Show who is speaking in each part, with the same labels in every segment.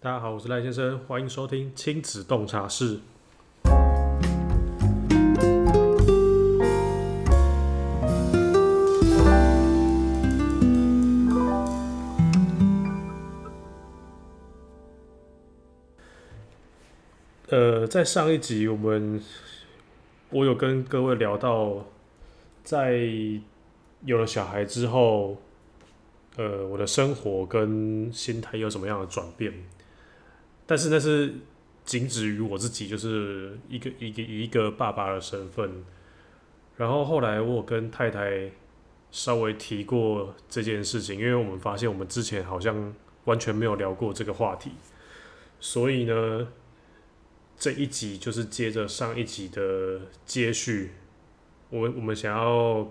Speaker 1: 大家好，我是赖先生，欢迎收听亲子洞察室。呃，在上一集我们我有跟各位聊到，在有了小孩之后，呃，我的生活跟心态有什么样的转变？但是那是仅止于我自己，就是一个一个以一个爸爸的身份。然后后来我有跟太太稍微提过这件事情，因为我们发现我们之前好像完全没有聊过这个话题，所以呢，这一集就是接着上一集的接续。我我们想要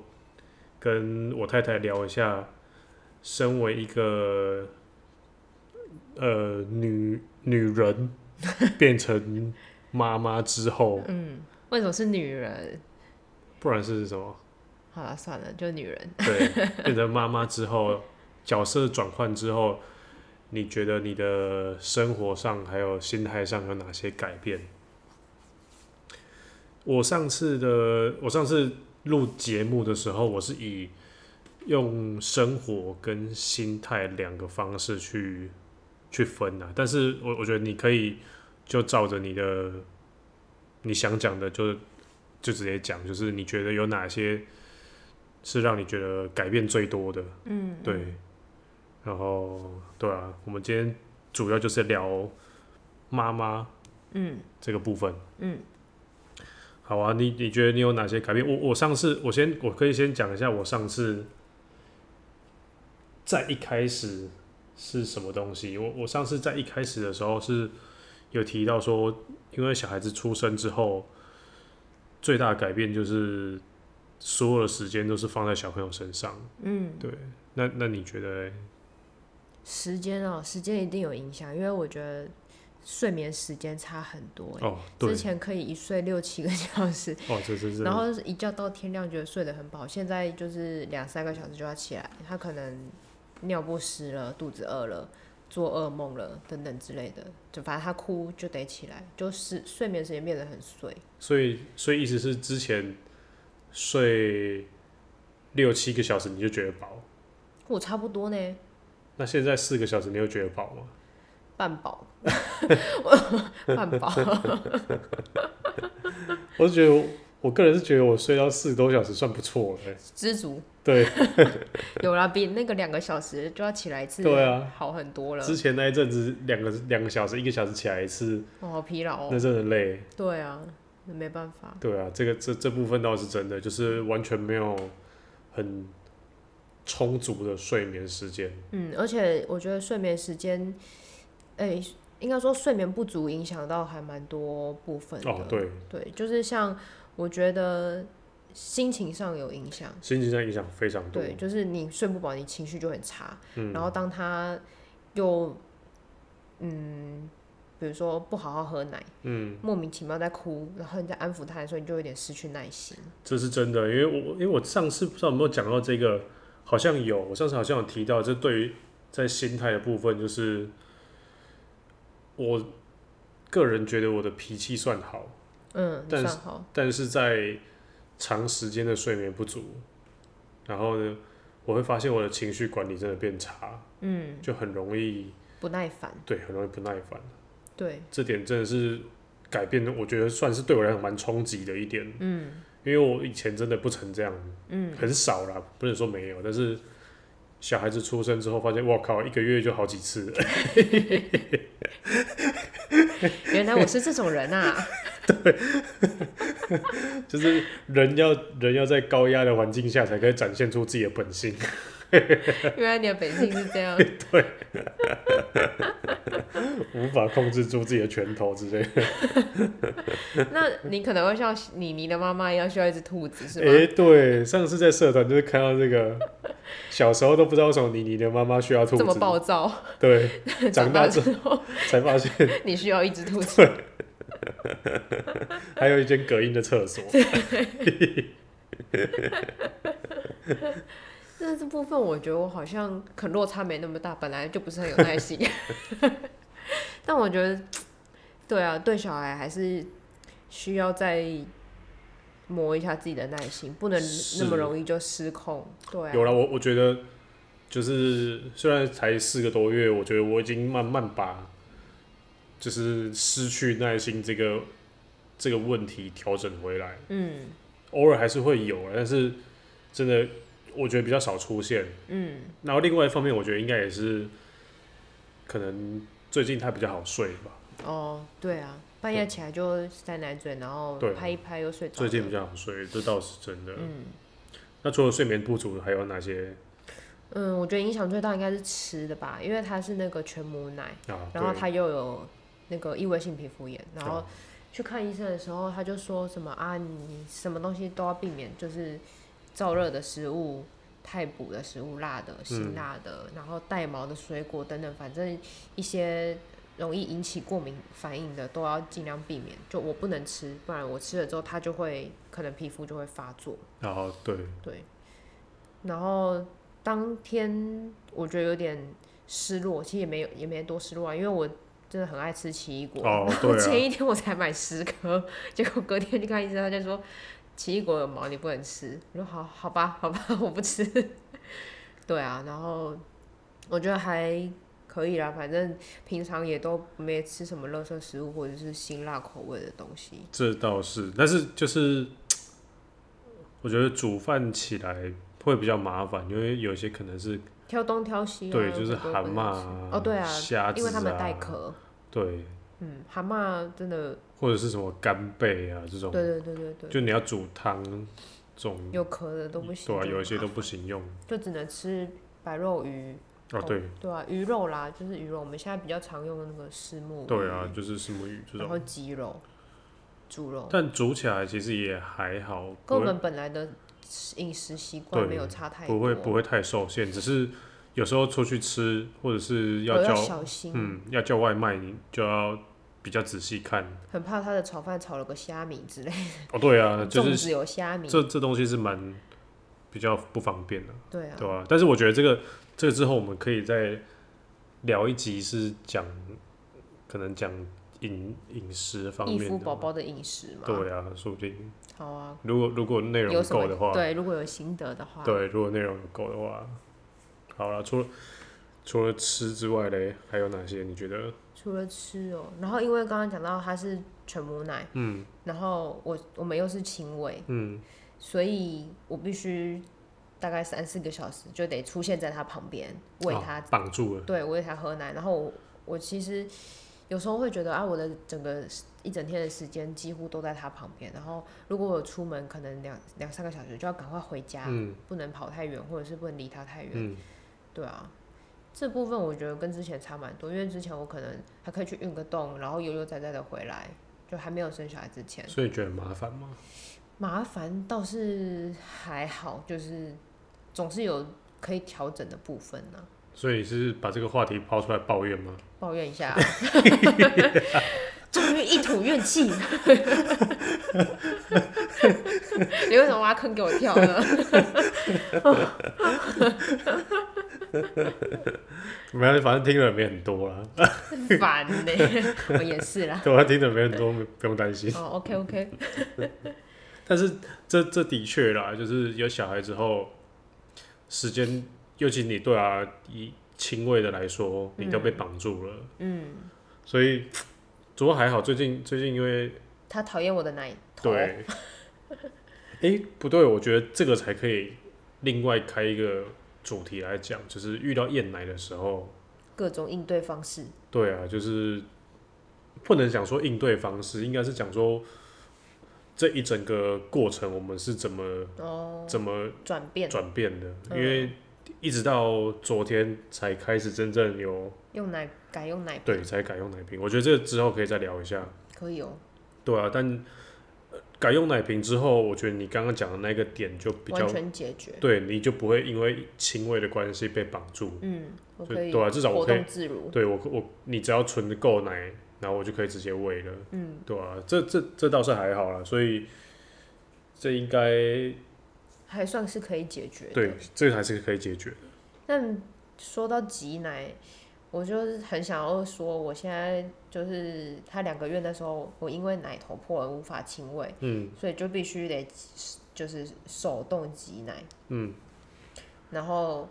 Speaker 1: 跟我太太聊一下，身为一个呃女女人变成妈妈之后，
Speaker 2: 嗯，为什么是女人？
Speaker 1: 不然是什么？
Speaker 2: 好了，算了，就女人。
Speaker 1: 对，变成妈妈之后，角色转换之后，你觉得你的生活上还有心态上有哪些改变？我上次的，我上次录节目的时候，我是以用生活跟心态两个方式去去分啊，但是我我觉得你可以就照着你的你想讲的就就直接讲，就是你觉得有哪些是让你觉得改变最多的，
Speaker 2: 嗯，
Speaker 1: 对，然后对啊，我们今天主要就是聊妈妈
Speaker 2: 嗯，
Speaker 1: 这个部分。
Speaker 2: 嗯，
Speaker 1: 好啊，你你觉得你有哪些改变？我我上次我先我可以先讲一下我上次在一开始是什么东西。我我上次在一开始的时候是有提到说，因为小孩子出生之后，最大的改变就是所有的时间都是放在小朋友身上。
Speaker 2: 嗯，
Speaker 1: 对，那那你觉得嘞？
Speaker 2: 时间哦、时间一定有影响，因为我觉得睡眠时间差很多欸、
Speaker 1: 哦，对
Speaker 2: 之，前可以一睡六七个 小时，
Speaker 1: 哦，这是这，
Speaker 2: 然后一觉到天亮，觉得睡得很饱。现在就是两三个小时就要起来，他可能尿不湿了，肚子饿了，做噩梦了等等之类的，就反正他哭就得起来，就是睡眠时间变得很碎。
Speaker 1: 所以所以意思是之前睡六七个小时你就觉得饱，
Speaker 2: 我差不多呢，
Speaker 1: 那现在四个小时你又觉得饱吗？
Speaker 2: 半饱， 我半饱。
Speaker 1: 我是觉得我我个人是觉得我睡到四十多小时算不错了、欸，
Speaker 2: 知足，
Speaker 1: 对，
Speaker 2: 有啦，比那个两个小时就要起来一次，
Speaker 1: 对啊，
Speaker 2: 好很多了。
Speaker 1: 之前那一阵子两个两个小时一个小时起来一次，
Speaker 2: 我、好疲劳
Speaker 1: 那
Speaker 2: 哦。
Speaker 1: 真的累，
Speaker 2: 对啊，那没办法。
Speaker 1: 对啊，这个这这部分倒是真的，就是完全没有很充足的睡眠时间，
Speaker 2: 嗯，而且我觉得睡眠时间，诶、应该说睡眠不足影响到还蛮多部分的。
Speaker 1: 哦，对，
Speaker 2: 对，就是像我觉得心情上有影响。
Speaker 1: 心情上影响非常多，
Speaker 2: 对，就是你睡不饱，你情绪就很差。
Speaker 1: 嗯
Speaker 2: 然后当他又嗯，比如说不好好喝奶，
Speaker 1: 嗯。
Speaker 2: 莫名其妙在哭，然后你在安抚他的时候，你就有点失去耐心。
Speaker 1: 这是真的，因为我因为我上次不知道有没有讲到这个，好像有，我上次好像有提到，这对于在心态的部分，就是我个人觉得我的脾气算好，
Speaker 2: 嗯，
Speaker 1: 但
Speaker 2: 算
Speaker 1: 是
Speaker 2: 好。
Speaker 1: 但是在长时间的睡眠不足，然后呢，我会发现我的情绪管理真的变差，
Speaker 2: 嗯，
Speaker 1: 就很容易
Speaker 2: 不耐烦。
Speaker 1: 对很容易不耐烦，
Speaker 2: 对，
Speaker 1: 这点真的是改变的，我觉得算是对我来讲蛮冲击的一点，
Speaker 2: 嗯
Speaker 1: 因为我以前真的不曾这样。
Speaker 2: 嗯，
Speaker 1: 很少啦，不能说没有，但是小孩子出生之后发现，我靠，一个月就好几次，
Speaker 2: 原来我是这种人啊。
Speaker 1: 就是人要人要在高压的环境下才可以展现出自己的本性。
Speaker 2: 原来你的本性是这样。
Speaker 1: 无法控制住自己的拳头之类的。
Speaker 2: 那你可能会像妮妮的妈妈一样，需要一只兔子是吗？
Speaker 1: 诶，对，上次在社团就是看到这个，小时候都不知道为什么妮妮的妈妈需要兔
Speaker 2: 这么
Speaker 1: 子，
Speaker 2: 暴躁，
Speaker 1: 对，长
Speaker 2: 长
Speaker 1: 大
Speaker 2: 大
Speaker 1: 之
Speaker 2: 之后
Speaker 1: 才发现
Speaker 2: 你需要一只兔子。
Speaker 1: 还有一间隔音的厕所。
Speaker 2: 那这部分我觉得我好像可能落差没那么大，本来就不是很有耐心。 但我觉得，对啊，对小孩还是需要再磨一下自己的耐心，不能
Speaker 1: 是
Speaker 2: 那么容易就失控。对
Speaker 1: 有
Speaker 2: 啊，
Speaker 1: 了，我我觉得就是虽然才四个多月，我觉得我已经慢慢把就是失去耐心这个这个问题调整回来，
Speaker 2: 嗯
Speaker 1: 偶尔还是会有，啊但是真的我觉得比较少出现。
Speaker 2: 嗯，
Speaker 1: 然后另外一方面，我觉得应该也是可能最近他比较好睡吧，
Speaker 2: 哦，对啊，半夜起来就塞奶嘴，然后
Speaker 1: 对啊
Speaker 2: 拍一拍又睡着
Speaker 1: 最
Speaker 2: 了。
Speaker 1: 近比较好睡，这倒是真的。
Speaker 2: 嗯
Speaker 1: 那除了睡眠不足，还有哪些
Speaker 2: 嗯，我觉得影响最大应该是吃的吧，因为它是那个全母奶，
Speaker 1: 啊？
Speaker 2: 然后
Speaker 1: 对
Speaker 2: 他又有那个异位性皮肤炎，然后
Speaker 1: 啊
Speaker 2: 去看医生的时候，他就说什么啊，你什么东西都要避免，就是燥热的食物、太补的食物、辣的、辛辣的，然后带毛的水果等等，反正一些容易引起过敏反应的都要尽量避免。就我不能吃，不然我吃了之后，它就会可能皮肤就会发作。
Speaker 1: 然后对，
Speaker 2: 对，然后当天我觉得有点失落，其实也没有也没多失落啊，因为我真的很爱吃奇异果。
Speaker 1: 哦
Speaker 2: 然后
Speaker 1: 对啊
Speaker 2: 前一天我才买十颗， 结果隔天去看医生，他就说奇异果有毛，你不能吃。我说好好吧，好吧， 我不吃。对啊，然后我觉得还可以啦，反正平常也都没吃什么垃圾食物或者是辛辣口味的东西。
Speaker 1: 这倒是，但是就是我觉得煮饭起来会比较麻烦，因为有些可能是
Speaker 2: 挑东挑西、啊，
Speaker 1: 对，就是
Speaker 2: 很多
Speaker 1: 蛤
Speaker 2: 不能
Speaker 1: 蟆
Speaker 2: 吃
Speaker 1: 啊
Speaker 2: 哦，对啊，
Speaker 1: 虾子
Speaker 2: 因为他们带
Speaker 1: 啊
Speaker 2: 壳，
Speaker 1: 对，
Speaker 2: 嗯，蛤蟆真的，
Speaker 1: 或者是什么干贝啊这种，
Speaker 2: 对对对对对，
Speaker 1: 就你要煮汤这种，
Speaker 2: 有壳的都不行，
Speaker 1: 对啊，
Speaker 2: 就
Speaker 1: 有一些
Speaker 2: 麻
Speaker 1: 都不行用
Speaker 2: 烦就只能吃白肉鱼，
Speaker 1: 哦，对
Speaker 2: 对啊，鱼肉啦，就是鱼肉，我们现在比较常用的那个虱目，
Speaker 1: 对啊，，就是石目鱼这
Speaker 2: 哦然后
Speaker 1: 种，
Speaker 2: 鸡肉、猪肉，
Speaker 1: 但煮起来其实也还好，
Speaker 2: 跟
Speaker 1: 不
Speaker 2: 我
Speaker 1: 会
Speaker 2: 们本来的饮食习惯
Speaker 1: 对
Speaker 2: 没有差太多，
Speaker 1: 不会不会太受限，只是有时候出去吃或者是
Speaker 2: 我
Speaker 1: 要
Speaker 2: 哦要
Speaker 1: 叫
Speaker 2: 小心，
Speaker 1: 嗯要叫外卖，你就要比较仔细看。
Speaker 2: 很怕他的炒饭炒了个虾米之类，
Speaker 1: 哦，对啊，就
Speaker 2: 粽
Speaker 1: 是
Speaker 2: 子有虾米，
Speaker 1: 这这东西是蛮比较不方便的，
Speaker 2: 对啊，
Speaker 1: 对吧、但是我觉得这个这个之后，我们可以再聊一集，是讲可能讲饮饮食方
Speaker 2: 义
Speaker 1: 面
Speaker 2: 父
Speaker 1: 的
Speaker 2: 宝，宝的饮食嘛，，
Speaker 1: 对啊，说不定
Speaker 2: 好啊，
Speaker 1: 如果如果内容
Speaker 2: 有什
Speaker 1: 够
Speaker 2: 么
Speaker 1: 的话，
Speaker 2: 对，如果有心得的话，
Speaker 1: 对如果内容够的话，好了，除了除了吃之外嘞，还有哪些你觉得？
Speaker 2: 除了吃哦，然后因为刚刚讲到它是全母奶，
Speaker 1: 嗯
Speaker 2: 然后我我们又是亲喂，
Speaker 1: 嗯，
Speaker 2: 所以我必须大概三四个小时就得出现在它旁边喂
Speaker 1: 哦
Speaker 2: 它，
Speaker 1: 绑住了，
Speaker 2: 对，喂它喝奶。然后我我其实有时候会觉得啊，我的整个一整天的时间几乎都在它旁边。然后如果我出门，可能两两三个小时就要赶快回家，
Speaker 1: 嗯
Speaker 2: 不能跑太远，或者是不能离它太远。
Speaker 1: 嗯，
Speaker 2: 对啊，这部分我觉得跟之前差蛮多，因为之前我可能还可以去运个动，然后悠悠哉哉的回来，就还没有生小孩之前，
Speaker 1: 所以你觉得很麻烦吗？
Speaker 2: 麻烦倒是还好，就是总是有可以调整的部分啊呢、
Speaker 1: 所以是把这个话题抛出来抱怨吗？
Speaker 2: 抱怨 一下、啊，终于一吐怨气。 你为什么挖坑给我跳呢？
Speaker 1: 没有，反正听的人没很多啦，
Speaker 2: 烦呢、我也是啦。
Speaker 1: 对吧？啊听的人没很多，不用担心。
Speaker 2: 哦，OK OK，
Speaker 1: 但是这这的确啦，就是有小孩之后，时间，尤其你对啊，以亲喂的来说，你都被绑住了，
Speaker 2: 嗯，
Speaker 1: 所以不过还好，最近最近因为
Speaker 2: 他讨厌我的奶头。
Speaker 1: 对，诶，不对，我觉得这个才可以另外开一个主题来讲，就是遇到厌奶的时候，
Speaker 2: 各种应对方式。
Speaker 1: 对啊，就是不能讲说应对方式，应该是讲说这一整个过程我们是怎么
Speaker 2: 哦，
Speaker 1: 怎么
Speaker 2: 转变
Speaker 1: 转变的，因
Speaker 2: 嗯
Speaker 1: 为一直到昨天才开始真正有
Speaker 2: 用奶改用奶
Speaker 1: 对
Speaker 2: 瓶，
Speaker 1: 才改用奶瓶，我觉得这个之后可以再聊一下，
Speaker 2: 可以哦，
Speaker 1: 对啊，但呃改用奶瓶之后，我觉得你刚刚讲的那个点就比较
Speaker 2: 完。全解决。
Speaker 1: 对，你就不会因为轻微的关系被绑住。
Speaker 2: 嗯，我
Speaker 1: 就
Speaker 2: 可以
Speaker 1: 对啊至少我
Speaker 2: 活
Speaker 1: 可以
Speaker 2: 动自如。
Speaker 1: 对我，我你只要存的够奶，然后我就可以直接喂了。
Speaker 2: 嗯，
Speaker 1: 对啊，这这这倒是还好啦，所以这应该
Speaker 2: 还算是可以解决的。
Speaker 1: 对，这个还是可以解决的。
Speaker 2: 但说到挤奶，我就是很想要说，我现在就是他两个月那时候，我因为奶头破而无法亲喂，
Speaker 1: 嗯
Speaker 2: 所以就必须得就是手动挤奶，
Speaker 1: 嗯
Speaker 2: 然后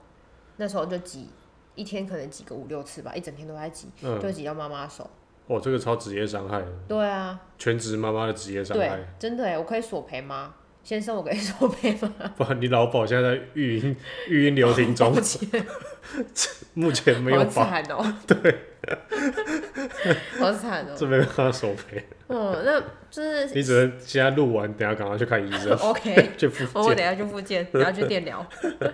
Speaker 2: 那时候就挤一天可能挤个五六次吧，一整天都在挤，
Speaker 1: 嗯，
Speaker 2: 就挤到妈妈手。
Speaker 1: 哦，这个超职业伤害的，
Speaker 2: 对啊，
Speaker 1: 全职妈妈的职业伤
Speaker 2: 对
Speaker 1: 害。，
Speaker 2: 真的欸耶，我可以索赔吗？先生，我可以 索赔吗？
Speaker 1: 不然你老鸨现在在育婴育婴流停中，目前没有
Speaker 2: 哦好
Speaker 1: 法，
Speaker 2: 惨哦、对，好惨哦、
Speaker 1: 这没办法索赔，
Speaker 2: 嗯，那就是
Speaker 1: 你只能现在录完，等一下赶快去看医生，
Speaker 2: OK。
Speaker 1: 去复
Speaker 2: 哦，我
Speaker 1: 健。
Speaker 2: 等一下去复健，然后去电疗。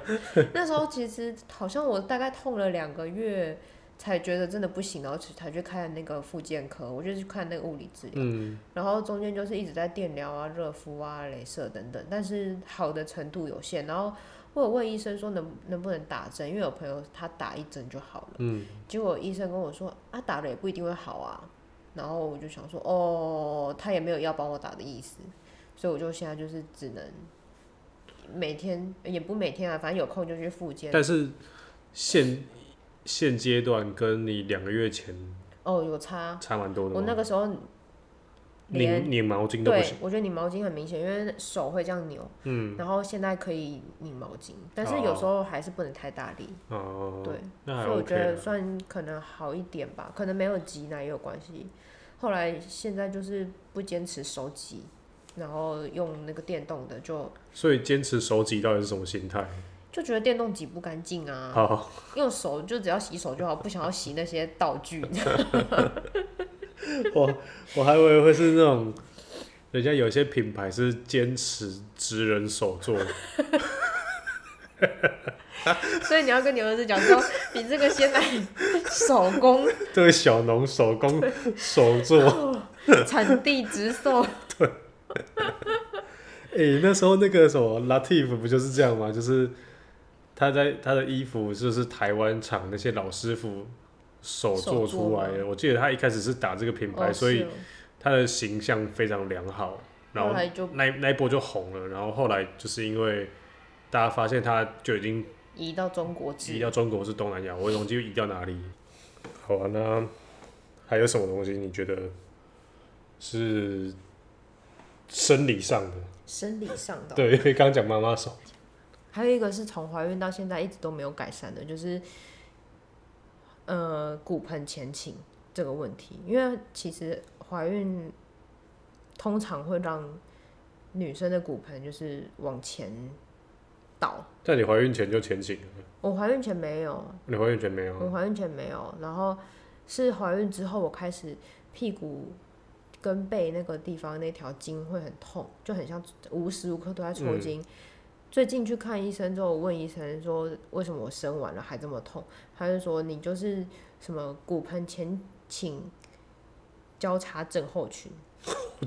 Speaker 2: 那时候其实好像我大概痛了两个月，才觉得真的不行，然后才去看那个复健科，我就去看那个物理治疗。
Speaker 1: 嗯
Speaker 2: 然后中间就是一直在电疗啊、热敷啊、镭射等等，但是好的程度有限。然后我有问医生说能能不能打针，因为有朋友他打一针就好了。
Speaker 1: 嗯，
Speaker 2: 结果医生跟我说啊，打了也不一定会好啊。然后我就想说，哦，他也没有要帮我打的意思，所以我就现在就是只能每天也不每天啊，反正有空就去复健。
Speaker 1: 但是现现阶段跟你两个月前
Speaker 2: 哦，有差，
Speaker 1: 差蛮多的
Speaker 2: 我
Speaker 1: 吗
Speaker 2: 那？个时候连
Speaker 1: 拧拧毛巾都不
Speaker 2: 对
Speaker 1: 行，
Speaker 2: 我觉得拧毛巾很明显，因为手会这样扭。
Speaker 1: 嗯
Speaker 2: 然后现在可以拧毛巾，但是有时候还是不能太大力，
Speaker 1: 哦，
Speaker 2: 对，
Speaker 1: 那还
Speaker 2: 所以我
Speaker 1: OK
Speaker 2: 觉得
Speaker 1: 啦。
Speaker 2: 算可能好一点吧，可能没有挤奶也有关系。后来现在就是不坚持手挤，然后用那个电动的就，
Speaker 1: 所以坚持手挤到底是什么心态？
Speaker 2: 就觉得电动挤不干净啊，
Speaker 1: 好，
Speaker 2: 用手就只要洗手就好，不想要洗那些道具。
Speaker 1: 我我还以为会是那种，人家有些品牌是坚持职人手 做，
Speaker 2: 所以你要跟你儿子讲说，你这个鲜奶手工
Speaker 1: 这个小农手 工手做。
Speaker 2: 产地直送，
Speaker 1: 哎、那时候那个什么 Latif 不就是这样吗？就是他在他的衣服就是台湾厂那些老师傅手做
Speaker 2: 手做
Speaker 1: 出来的。我记得他一开始是打这个品牌，
Speaker 2: 哦
Speaker 1: 所以
Speaker 2: 是哦
Speaker 1: 他的形象非常良好，然
Speaker 2: 后
Speaker 1: 后
Speaker 2: 来就
Speaker 1: 那那一波就红了。然后后来就是因为大家发现他就已经
Speaker 2: 移到中国
Speaker 1: 移
Speaker 2: 制。
Speaker 1: 到中国是东南亚，我忘记移到哪里。好啊，那还有什么东西你觉得是生理上的？
Speaker 2: 生理上 的哦、
Speaker 1: 对，因为刚刚讲妈妈手。
Speaker 2: 还有一个是从怀孕到现在一直都没有改善的，就是呃骨盆前倾这个问题。因为其实怀孕通常会让女生的骨盆就是往前倒。
Speaker 1: 但你怀孕前就前倾了，
Speaker 2: 我怀孕前没有，啊
Speaker 1: 你怀孕前没有
Speaker 2: 我
Speaker 1: 啊？
Speaker 2: 怀孕前没有，然后是怀孕之后我开始屁股跟背那个地方那条筋会很痛，就很像无时无刻都在抽筋。最近去看医生之后，我问医生说为什么我生完了还这么痛，他就说你就是什么骨盆前倾交叉症候群，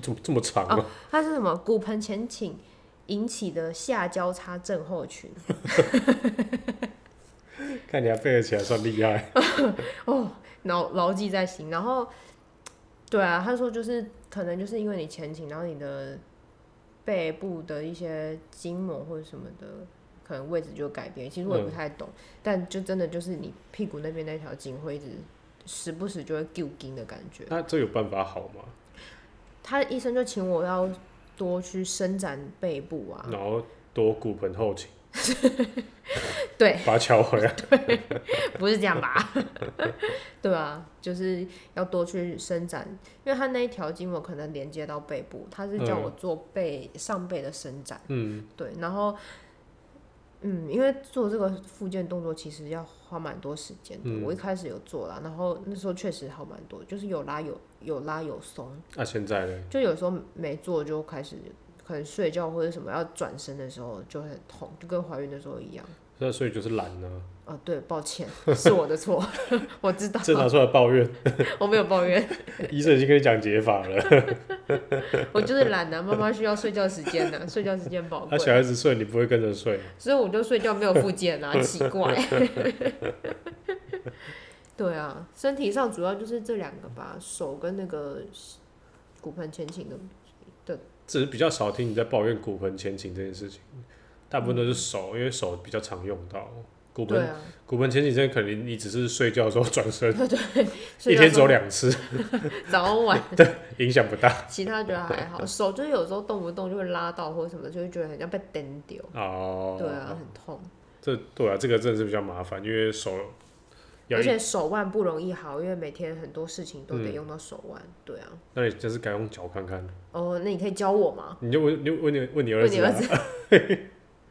Speaker 1: 怎么这么长啊？
Speaker 2: 它是什么骨盆前倾引起的下交叉症候群。
Speaker 1: 看你还背得起来，算厉 害。
Speaker 2: 哦，牢牢记在心。然后，对啊，他说就是可能就是因为你前倾，然后你的背部的一些筋膜或者什么的，可能位置就改变。其实我也不太懂，但就真的就是你屁股那边那条筋会一直时不时就会揪筋的感觉。
Speaker 1: 那这有办法好吗？
Speaker 2: 他医生就请我要多去伸展背部啊，
Speaker 1: 然后多骨盆后倾，
Speaker 2: 对，
Speaker 1: 把它敲回来。
Speaker 2: 不是这样吧？ 对啊，就是要多去伸展，因为它那一条筋膜可能连接到背部，它是叫我做背、上背的伸展，
Speaker 1: 嗯，
Speaker 2: 对，然后。嗯，因为做这个复健动作其实要花蛮多时间的。
Speaker 1: 嗯
Speaker 2: 我一开始有做啦，然后那时候确实好蛮多，就是有拉有有拉有松，
Speaker 1: 那、啊现在呢？
Speaker 2: 就有时候没做就开始可能睡觉或者什么要转身的时候就会很痛，就跟怀孕的时候一样。
Speaker 1: 那所以就是懒呢、
Speaker 2: 啊，对，抱歉，是我的错， 我知道
Speaker 1: 啊，，这拿出来抱怨，
Speaker 2: 我没有抱怨，
Speaker 1: 医生已经跟你讲解法了。
Speaker 2: 我就是懒啊。妈妈需要睡觉时间呢、睡觉时间宝
Speaker 1: 他
Speaker 2: 贵，
Speaker 1: 啊小孩子睡，你不会跟着睡。
Speaker 2: 所以我就睡觉没有附件啊，奇怪。 对啊，身体上主要就是这两个吧，手跟那个骨盆前倾的。
Speaker 1: 只是比较少听你在抱怨骨盆前倾这件事情，大部分都是手，因为手比较常用到。骨
Speaker 2: 对
Speaker 1: 盆
Speaker 2: 啊，
Speaker 1: 骨盆前几天可能你只是睡觉的时候转 身，
Speaker 2: 所
Speaker 1: 一
Speaker 2: 以
Speaker 1: 天
Speaker 2: 那
Speaker 1: 走
Speaker 2: 时
Speaker 1: 两次，
Speaker 2: 候早晚，
Speaker 1: 影响不大。
Speaker 2: 其他觉得还好。手就是有时候动不动就会拉到或者什么，就会觉得很像被蹬丢，
Speaker 1: 哦，
Speaker 2: 对啊，很痛。
Speaker 1: 这对啊，这个真的是比较麻烦，因为手要
Speaker 2: 而
Speaker 1: 一，
Speaker 2: 且手腕不容易好，因为每天很多事情都得用到手腕。对啊，
Speaker 1: 那你真是改用脚看看，
Speaker 2: 哦，那你可以教 我吗？
Speaker 1: 你就问你问你问你儿
Speaker 2: 问
Speaker 1: 子
Speaker 2: 你
Speaker 1: 啊
Speaker 2: 儿，子， 哦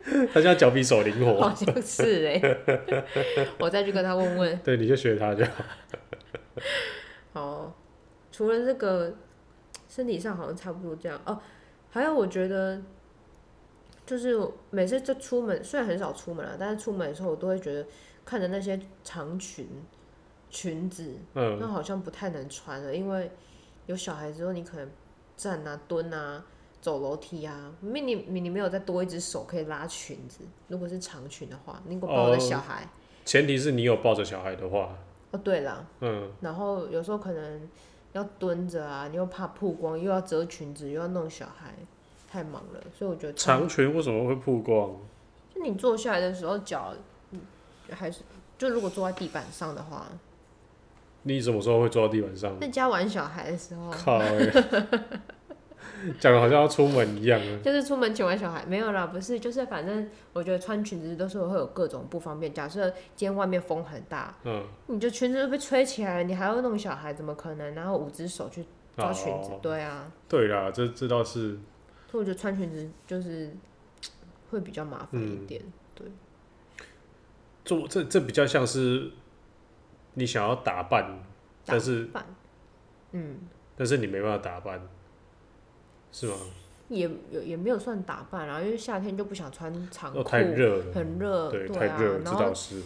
Speaker 1: 他现在脚比手灵活，
Speaker 2: 好像是哎、 我再去跟他问问。
Speaker 1: 对，你就学他就好。
Speaker 2: 哦，除了这个，身体上好像差不多这样哦。还有，我觉得就是每次就出门，虽然很少出门了，但是出门的时候我都会觉得看着那些长裙、裙子，
Speaker 1: 嗯，
Speaker 2: 那好像不太能穿了，因为有小孩之后，你可能站啊、蹲啊、走楼梯啊，你你你没有再多一只手可以拉裙子。如果是长裙的话，你给我抱我的
Speaker 1: 哦
Speaker 2: 小孩。
Speaker 1: 前提是你有抱着小孩的话，
Speaker 2: 哦，对了，
Speaker 1: 嗯，
Speaker 2: 然后有时候可能要蹲着啊，你又怕曝光，又要折裙子，又要弄小孩，太忙了。所以我觉得穿
Speaker 1: 长裙为什么会曝光？
Speaker 2: 就你坐下来的时候脚，嗯，还是就如果坐在地板上的话，
Speaker 1: 嗯你什么时候会坐到地板上？
Speaker 2: 在家玩小孩的时候，
Speaker 1: 靠欸！讲的好像要出门一样啊。
Speaker 2: 就是出门前玩小孩没有啦，不是，就是反正我觉得穿裙子都是会有各种不方便。假设今天外面风很大，
Speaker 1: 嗯，
Speaker 2: 你就裙子都被吹起来了，你还要弄小孩，怎么可能？然后五只手去抓裙子，
Speaker 1: 哦
Speaker 2: 对啊，
Speaker 1: 对啦，这这倒是，
Speaker 2: 所以我觉得穿裙子就是会比较麻烦一点。
Speaker 1: 这这这比较像是你想要打扮，但是
Speaker 2: 打扮
Speaker 1: 但是你没办法打扮，是吗？
Speaker 2: 也也也没有算打扮啊啦，因为夏天就不想穿长
Speaker 1: 哦，
Speaker 2: 裤，
Speaker 1: 太热了，
Speaker 2: 很热，
Speaker 1: 对，
Speaker 2: 对
Speaker 1: 太
Speaker 2: 啊
Speaker 1: 热了，，这
Speaker 2: 然
Speaker 1: 倒
Speaker 2: 后
Speaker 1: 是，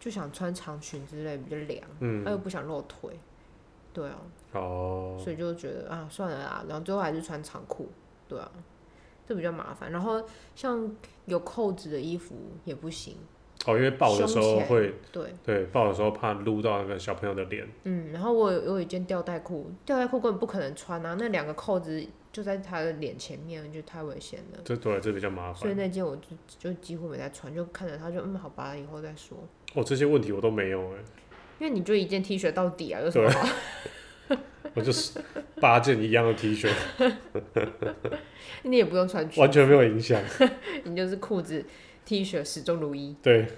Speaker 2: 就想穿长裙之类比较凉，
Speaker 1: 嗯，
Speaker 2: 又不想露腿，对啊。
Speaker 1: 哦，
Speaker 2: 所以就觉得啊，算了啦，然后最后还是穿长裤，对啊，这比较麻烦。然后像有扣子的衣服也不行，
Speaker 1: 哦，因为抱的时
Speaker 2: 胸
Speaker 1: 候
Speaker 2: 前
Speaker 1: 会，
Speaker 2: 对，
Speaker 1: 对，抱的时候怕撸到那个小朋友的脸，
Speaker 2: 嗯。然后我有我有一件吊带裤，吊带裤根本不可能穿啊，那两个扣子就在他的脸前面，就太危险了。
Speaker 1: 这对这比较麻
Speaker 2: 所以
Speaker 1: 烦。
Speaker 2: 那件我就就几乎没再穿，就看着他就嗯，好吧，以后再说。
Speaker 1: 哦，这些问题我都没有哎、
Speaker 2: 因为你就一件 T 恤到底啊，有什么好？
Speaker 1: 我就是八件一样的 T 恤，
Speaker 2: 你也不用穿裙
Speaker 1: 完，全没有影响。
Speaker 2: 你就是裤子、T 恤始终如一，
Speaker 1: 对，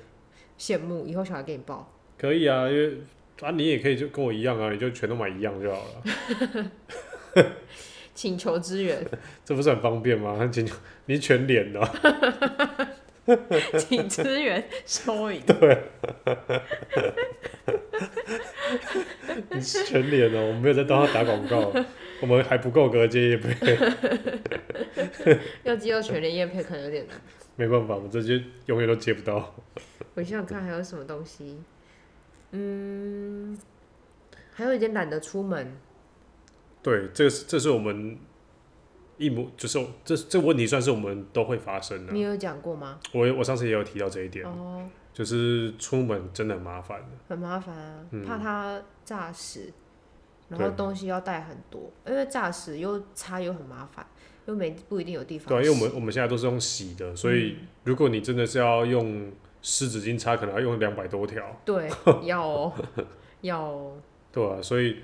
Speaker 2: 羡慕。以后小孩给你抱。
Speaker 1: 可以啊，因为啊，你也可以就跟我一样啊，你就全都买一样就好了，
Speaker 2: 请求支援，
Speaker 1: 这不是很方便吗？你你全脸的、
Speaker 2: 请支援收 银。
Speaker 1: 你是全脸哦、我没有在帮他打广告，我们还不够格接业配，
Speaker 2: 要接到全联业配可能有点难。
Speaker 1: 没办法，我们这些永远都接不到。
Speaker 2: 我想想看还有什么东西，嗯，还有一点懒得出门，
Speaker 1: 对，这是这是我们一模，就是这这问题算是我们都会发生的、
Speaker 2: 你有讲过吗？
Speaker 1: 我我上次也有提到这一点，
Speaker 2: 哦，
Speaker 1: 就是出门真的很麻烦。
Speaker 2: 很麻烦啊，
Speaker 1: 嗯
Speaker 2: 怕它炸死，然后
Speaker 1: 对
Speaker 2: 东西要带很多，因为炸死又擦又很麻烦，又没不一定有地方洗。嗯
Speaker 1: 对、啊，因为我们我们现在都是用洗的，所以如果你真的是要用湿纸巾擦，可能要用两百多条。
Speaker 2: 对要哦要哦，
Speaker 1: 对啊，所以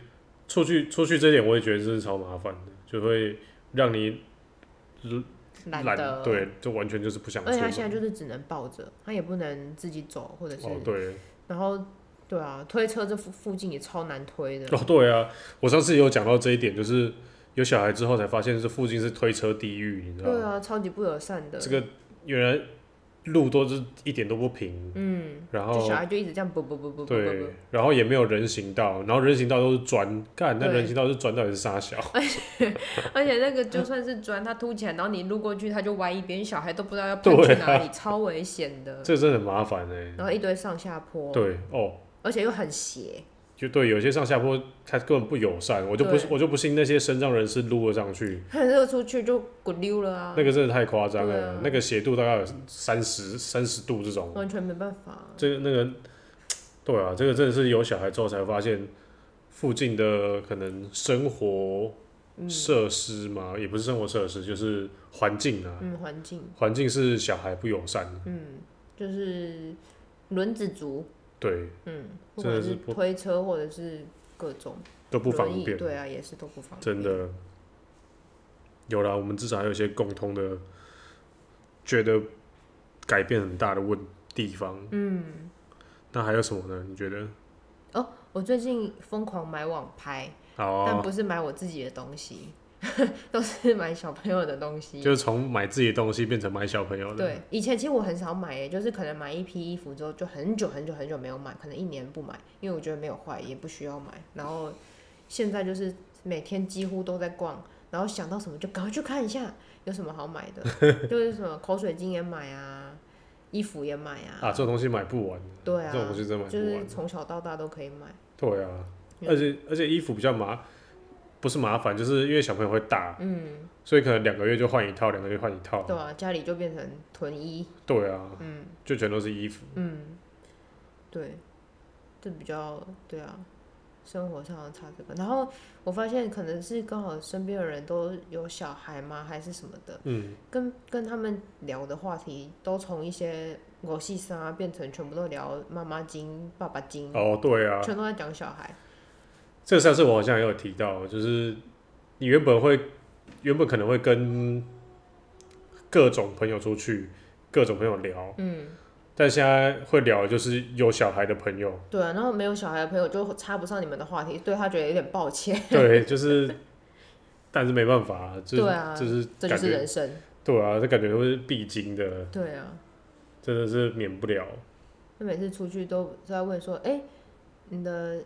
Speaker 1: 出去出去这点，我也觉得这是超麻烦的，就会让你
Speaker 2: 懒
Speaker 1: 懒，
Speaker 2: 得。
Speaker 1: 对，就完全就是不想出
Speaker 2: 而且他
Speaker 1: 门。
Speaker 2: 现在就是只能抱着，他也不能自己走，或者是
Speaker 1: 哦，对，
Speaker 2: 然后对啊，推车这附附近也超难推的。
Speaker 1: 哦，对啊，我上次也有讲到这一点，就是有小孩之后才发现，这附近是推车地狱，你知道
Speaker 2: 对
Speaker 1: 吗？
Speaker 2: 啊，超级不友善的。
Speaker 1: 这个原来路都是一点都不平，
Speaker 2: 嗯，
Speaker 1: 然
Speaker 2: 就
Speaker 1: 后
Speaker 2: 小孩就一直这样啵啵啵啵啵啵
Speaker 1: 对
Speaker 2: 啵，，
Speaker 1: 然后也没有人行道，然后人行道都是砖，干那
Speaker 2: 对嗯
Speaker 1: 人行道是砖到底是啥小？
Speaker 2: 而且那个就算是砖，它凸起来，然后你路过去，它就歪一边，小孩都不知道要
Speaker 1: 对
Speaker 2: 喷去
Speaker 1: 啊
Speaker 2: 哪里，超危险的。
Speaker 1: 这真的很麻烦哎、
Speaker 2: 然后一堆上下坡，
Speaker 1: 对哦，
Speaker 2: 而且又很斜，
Speaker 1: 就对，有些上下坡它根本不友善，我就不
Speaker 2: 对
Speaker 1: 我就不信那些身障人士撸了上去，
Speaker 2: 很热出去就滚溜了啊，
Speaker 1: 那个真的太夸张
Speaker 2: 对
Speaker 1: 了，
Speaker 2: 啊哦
Speaker 1: 那个斜度大概有三十三十度这种，
Speaker 2: 完全没办法。
Speaker 1: 这个那个，对啊，这个真的是有小孩之后才发现，附近的可能生活
Speaker 2: 嗯
Speaker 1: 设施嘛，也不是生活设施，就是
Speaker 2: 嗯
Speaker 1: 环境啊，
Speaker 2: 嗯，环境，
Speaker 1: 环境是小孩不友善的，
Speaker 2: 嗯，就是轮子族，
Speaker 1: 对，
Speaker 2: 嗯，不
Speaker 1: 真的
Speaker 2: 管
Speaker 1: 是
Speaker 2: 是
Speaker 1: 不
Speaker 2: 推车或者是各种
Speaker 1: 都不方
Speaker 2: 轮椅
Speaker 1: 便，
Speaker 2: 对啊，也是都不方便，
Speaker 1: 真的。有啦，我们至少还有一些共通的，觉得改变很大的问地方。嗯，那还有什么呢？你觉得？
Speaker 2: 哦。我最近疯狂买网拍，
Speaker 1: 好
Speaker 2: 但
Speaker 1: 啊、
Speaker 2: 不是买我自己的东西， 都是买小朋友的东西。
Speaker 1: 就是从买自己的东西变成买小朋友的。
Speaker 2: 对，以前其实我很少买耶，就是可能买一批衣服之后，就很久很久很久没有买，可能一年不买，因为我觉得没有坏，也不需要买。然后现在就是每天几乎都在逛，然后想到什么就赶快去看一下有什么好买 的，就是什么口水巾也买啊，衣服也买啊，
Speaker 1: 啊，这种东西买不完，
Speaker 2: 对啊
Speaker 1: 这种东西真买
Speaker 2: 就
Speaker 1: 不
Speaker 2: 是
Speaker 1: 完。
Speaker 2: 从小到大都可以买。
Speaker 1: 对啊，
Speaker 2: 嗯
Speaker 1: 而且而且衣服比较麻，不是麻烦，就是因为小朋友会大，
Speaker 2: 嗯，
Speaker 1: 所以可能两个月就换一套，两个月换一套。
Speaker 2: 对啊，家里就变成囤衣，
Speaker 1: 对啊，
Speaker 2: 嗯
Speaker 1: 就全都是衣服。
Speaker 2: 嗯，对，这比较对啊，生活上的差这个。然后我发现可能是刚好身边的人都有小孩嘛，还是什么的，
Speaker 1: 嗯，
Speaker 2: 跟跟他们聊的话题都从一些我细沙变成全部都聊妈妈经、爸爸经，
Speaker 1: 哦，对啊，
Speaker 2: 全都在讲小孩。
Speaker 1: 这个上次我好像也有提到，就是你原本会原本可能会跟各种朋友出去，各种朋友聊，
Speaker 2: 嗯，
Speaker 1: 但现在会聊的就是有小孩的朋 友，
Speaker 2: 对啊。然后没有小孩的朋友就插不上你们的话题，对他觉得有点抱歉。
Speaker 1: 对，就是，但是没办法，就是、
Speaker 2: 对啊
Speaker 1: 就是
Speaker 2: 这就
Speaker 1: 感
Speaker 2: 是
Speaker 1: 觉
Speaker 2: 人生。
Speaker 1: 对啊，这感觉会是必经的，
Speaker 2: 对啊。
Speaker 1: 真的是免不了。
Speaker 2: 那每次出去都都在问说，哎、你的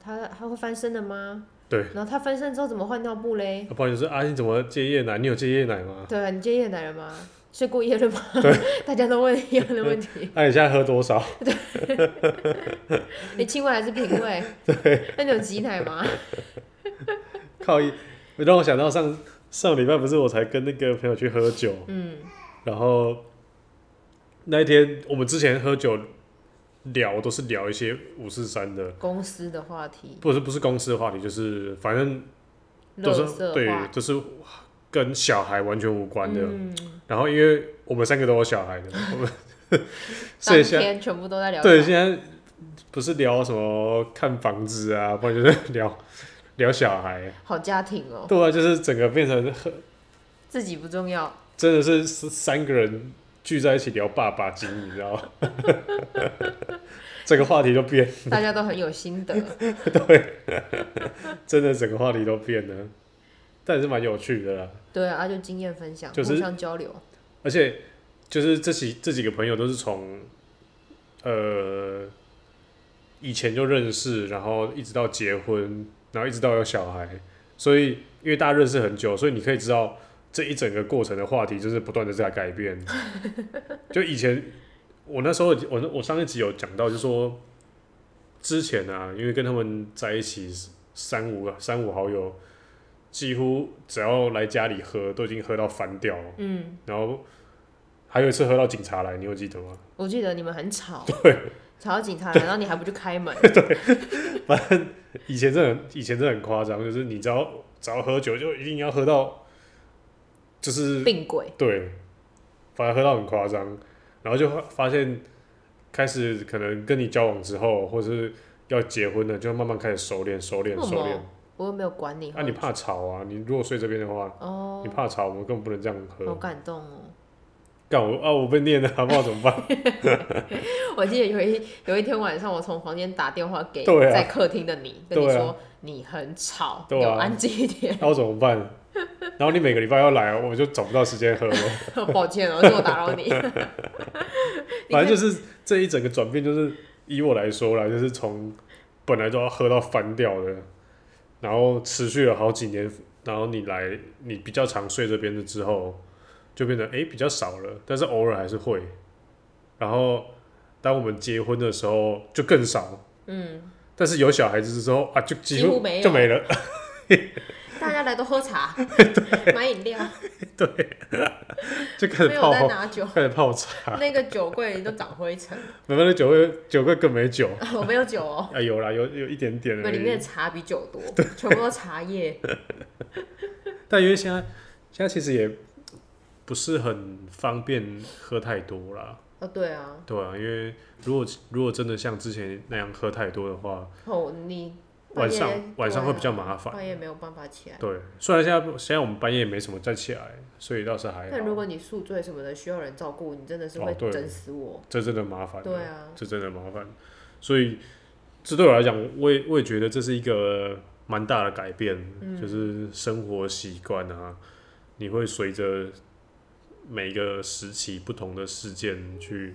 Speaker 2: 他他会翻身的吗？
Speaker 1: 对。
Speaker 2: 然后他翻身之后怎么换尿布嘞？
Speaker 1: 啊、不然就是啊，你怎么戒夜奶？你有戒夜奶吗？
Speaker 2: 对啊，你戒夜奶了吗？睡过夜了吗？ 大家都问一样的问题。
Speaker 1: 啊那、你现在喝多少？
Speaker 2: 你亲喂还是平 喂？对。那你有挤奶吗？
Speaker 1: 靠一，让我想到上上礼拜不是我才跟那个朋友去喝酒，
Speaker 2: 嗯
Speaker 1: 然后那一天我们之前喝酒聊都是聊一些五四三的，
Speaker 2: 公司的话题，
Speaker 1: 不是不是公司的话题，就是反正
Speaker 2: 垃
Speaker 1: 都是
Speaker 2: 圾
Speaker 1: 对
Speaker 2: 话，，
Speaker 1: 就是跟小孩完全无关的。
Speaker 2: 嗯，
Speaker 1: 然后因为我们三个都有小 孩的，我们所
Speaker 2: 当
Speaker 1: 以现在
Speaker 2: 天全部都在聊。
Speaker 1: 对现在不是聊什么看房子啊，不然就是 聊聊小孩。
Speaker 2: 好家庭哦、
Speaker 1: 对啊，就是整个变成很
Speaker 2: 自己不重要，
Speaker 1: 真的是三三个人聚在一起聊爸爸经，你知道吗？ 整个话题都变，
Speaker 2: 大家都很有心得。
Speaker 1: 真的整个话题都变了，但也是蛮有趣的啦。
Speaker 2: 对啊，就经验分享，
Speaker 1: 就是
Speaker 2: 互相交流。
Speaker 1: 而且就是这几这几个朋友都是从呃以前就认识，然后一直到结婚，然后一直到有小孩，所以因为大家认识很久，所以你可以知道这一整个过程的话题就是不断的在改变。 就以前我那时候我那我上一集有讲到，就说之前啊，因为跟他们在一起三五个三五好友。几乎只要来家里喝，都已经喝到翻掉了。
Speaker 2: 嗯，
Speaker 1: 然后还有一次喝到警察来，你有记得吗？
Speaker 2: 我记得你们很吵，
Speaker 1: 对，
Speaker 2: 吵到警察来，然后你还不去开门。
Speaker 1: 以前真的很，以前真的很夸张，就是你只要只要喝酒，就一定要喝到，就是
Speaker 2: 病鬼，
Speaker 1: 对，反而喝到很夸张，然后就发发现开始可能跟你交往之后，或是要结婚了，就慢慢开始熟练、熟练、
Speaker 2: 为什
Speaker 1: 熟
Speaker 2: 么
Speaker 1: 练。
Speaker 2: 我又没有管你。
Speaker 1: 啊，你怕吵啊？你如果睡这边的话，
Speaker 2: 哦
Speaker 1: 你，怕吵，我们根本不能这样
Speaker 2: 好
Speaker 1: 喝。
Speaker 2: 感动哦！
Speaker 1: 干我啊，我被念了，好不好？怎么办？
Speaker 2: 我记得有一有一天晚上，我从房间打电话给
Speaker 1: 对啊
Speaker 2: 在客厅的你，跟你
Speaker 1: 对啊
Speaker 2: 说你很吵，
Speaker 1: 对啊
Speaker 2: 给我安静一点。
Speaker 1: 那我怎么办？然后你每个礼拜要来，我就找不到时间喝了。
Speaker 2: 抱歉哦，是我打扰 你。你
Speaker 1: 反
Speaker 2: 看
Speaker 1: 正就是这一整个转变，就是以我来说啦，就是从本来都要喝到翻掉的，然后持续了好几年，然后你来，你比较常睡这边的之后，就变成诶比较少了，但是偶尔还是会。然后当我们结婚的时候就更少，
Speaker 2: 嗯，
Speaker 1: 但是有小孩子之后啊，就几
Speaker 2: 几
Speaker 1: 乎
Speaker 2: 乎没有
Speaker 1: 就没了。
Speaker 2: 大家来都喝茶，买 饮料，
Speaker 1: 就开始
Speaker 2: 没有
Speaker 1: 泡
Speaker 2: 在拿酒，
Speaker 1: 开始泡茶，
Speaker 2: 那个酒柜都长灰尘。
Speaker 1: 没办法，酒会酒会更没酒
Speaker 2: 我没有酒哦，
Speaker 1: 啊，有啦，有有一点点
Speaker 2: 那
Speaker 1: 而
Speaker 2: 里面
Speaker 1: 已
Speaker 2: 的。茶比酒多，全部都茶叶。
Speaker 1: 但因为现在现在其实也不是很方便喝太多啦，
Speaker 2: 啊，对啊，
Speaker 1: 对啊，因为如果如果真的像之前那样喝太多的话，
Speaker 2: 哦，你
Speaker 1: 晚上
Speaker 2: 半夜啊
Speaker 1: 晚上会比较麻
Speaker 2: 对啊
Speaker 1: 烦
Speaker 2: 半夜没有办法起来。
Speaker 1: 对，虽然现在现在我们半夜也没什么再起来，所以倒是还
Speaker 2: 但如
Speaker 1: 好，
Speaker 2: 果你宿醉什么的，需要人照顾，你真的是
Speaker 1: 哦
Speaker 2: 会
Speaker 1: 对
Speaker 2: 整死我。
Speaker 1: 这真的麻烦了。
Speaker 2: 对啊，
Speaker 1: 这真的麻烦。所以这对我来讲，我也我也觉得这是一个蛮大的改变，
Speaker 2: 嗯
Speaker 1: 就是生活习惯啊，你会随着每个时期不同的事件去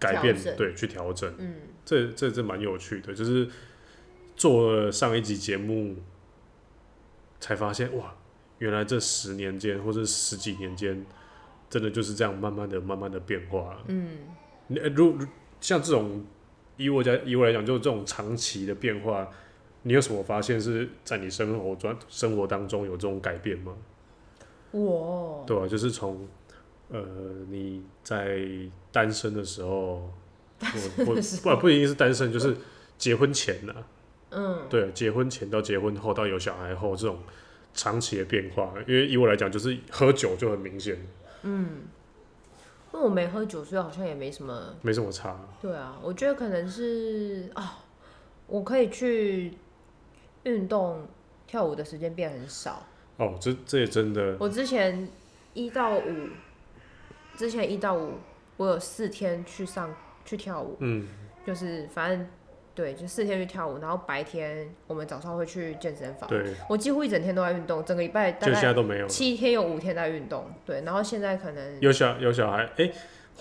Speaker 1: 改变
Speaker 2: 调，整
Speaker 1: 对，去调整。
Speaker 2: 嗯，
Speaker 1: 这这这蛮有趣的，就是做了上一集节目，才发现哇，原来这十年间或者十几年间，真的就是这样慢慢的、慢慢的变化。嗯，呃如如像这种以我家以我来讲，就是这种长期的变化，你有什么发现是在你生活中生活当中有这种改变吗？
Speaker 2: 我
Speaker 1: 对啊，就是从呃你在单身的时候，我不不啊不一定是单身，就是结婚前呐、
Speaker 2: 嗯，
Speaker 1: 对，啊结婚前到结婚后到有小孩后这种长期的变化，因为以我来讲，就是喝酒就很明显，
Speaker 2: 因为我没喝酒，所以好像也没什么
Speaker 1: 没什么差。
Speaker 2: 对啊，我觉得可能是啊、我可以去运动、跳舞的时间变很少。
Speaker 1: 哦，这这也真的，
Speaker 2: 我之前一到五，之前一到五，我有四天去上去跳舞，
Speaker 1: 嗯，
Speaker 2: 就是反正对，就四天去跳舞，然后白天我们早上会去健身房。
Speaker 1: 对，
Speaker 2: 我几乎一整天都在运动，整个礼拜大
Speaker 1: 就现在
Speaker 2: 概
Speaker 1: 都没有了。
Speaker 2: 七天有五天在运动。对，然后现在可能
Speaker 1: 有小有小孩，哎、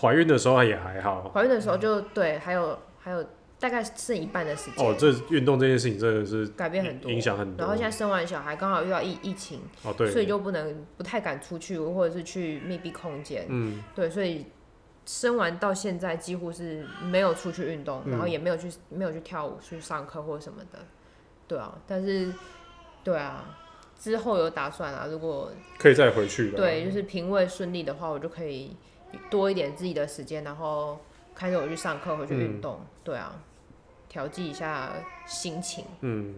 Speaker 1: 怀孕的时候也还好。嗯
Speaker 2: 怀孕的时候就对，还有还有大概剩一半的时间。
Speaker 1: 哦，这运动这件事情真的是
Speaker 2: 改变很多，
Speaker 1: 影响很多
Speaker 2: 然后现在生完小孩，刚好遇到疫疫情，
Speaker 1: 哦，对，
Speaker 2: 所以就不能不太敢出去，或者是去密闭空间。
Speaker 1: 嗯，
Speaker 2: 对，所以生完到现在几乎是没有出去运动，
Speaker 1: 嗯
Speaker 2: 然后也没有去没有去跳舞、去上课或什么的。对啊，但是对啊，之后有打算啊，如果
Speaker 1: 可以再回去的。
Speaker 2: 对，就是评位顺利的话，我就可以多一点自己的时间，然后开始我去上课，回去
Speaker 1: 嗯
Speaker 2: 运动。对啊，调剂一下心情。
Speaker 1: 嗯，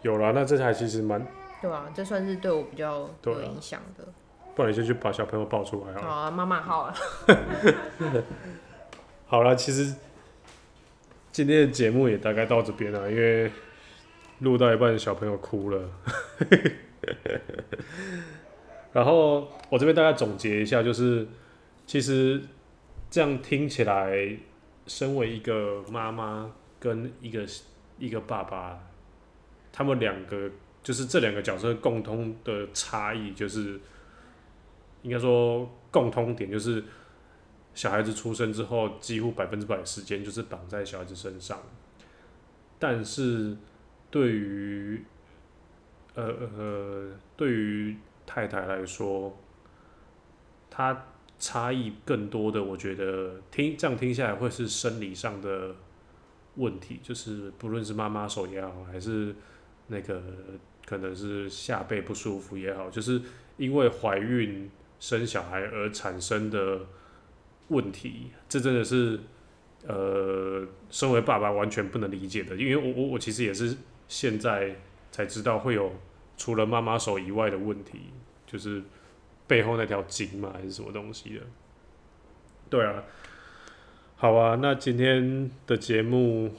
Speaker 1: 有啦，那这台其实蛮，
Speaker 2: 对啊，这算是对我比较
Speaker 1: 对啊
Speaker 2: 有影响的。
Speaker 1: 不然你先去把小朋友抱出来好
Speaker 2: 好
Speaker 1: 了。
Speaker 2: 啊，妈妈好啊。
Speaker 1: 好啦，其实今天的节目也大概到这边了，因为录到一半小朋友哭了。 然后我这边大概总结一下，就是其实这样听起来，身为一个妈妈跟一个一个爸爸，他们两个就是这两个角色共通的差异，就是应该说共通点就是小孩子出生之后，几乎百分之百的时间就是绑在小孩子身上。但是对于呃呃，对于太太来说，她差异更多的，我觉得听这样听下来会是生理上的问题，就是不论是妈妈手也好，还是那个可能是下背不舒服也好，就是因为怀孕生小孩而产生的问题，这真的是呃，身为爸爸完全不能理解的，因为我我我其实也是现在才知道会有除了妈妈手以外的问题，就是背后那条筋嘛，还是什么东西的。对啊，好啊，那今天的节目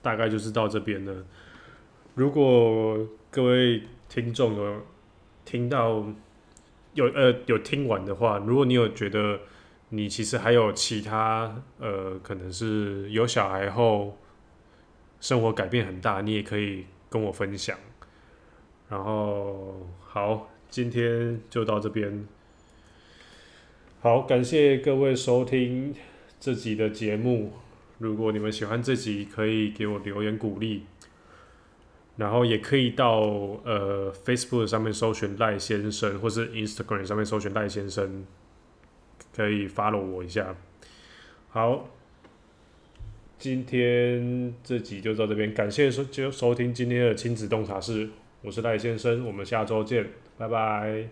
Speaker 1: 大概就是到这边了。如果各位听众有听到有呃有听完的话，如果你有觉得你其实还有其他呃，可能是有小孩后生活改变很大，你也可以跟我分享。然后好，今天就到这边。好，感谢各位收听这集的节目。如果你们喜欢这集，可以给我留言鼓励，然后也可以到呃 Facebook 上面搜寻赖先生，或是 Instagram 上面搜寻赖先生，可以 follow 我一下。好，今天这集就到这边，感谢收就收听今天的亲子洞察室，我是赖先生，我们下周见，拜拜。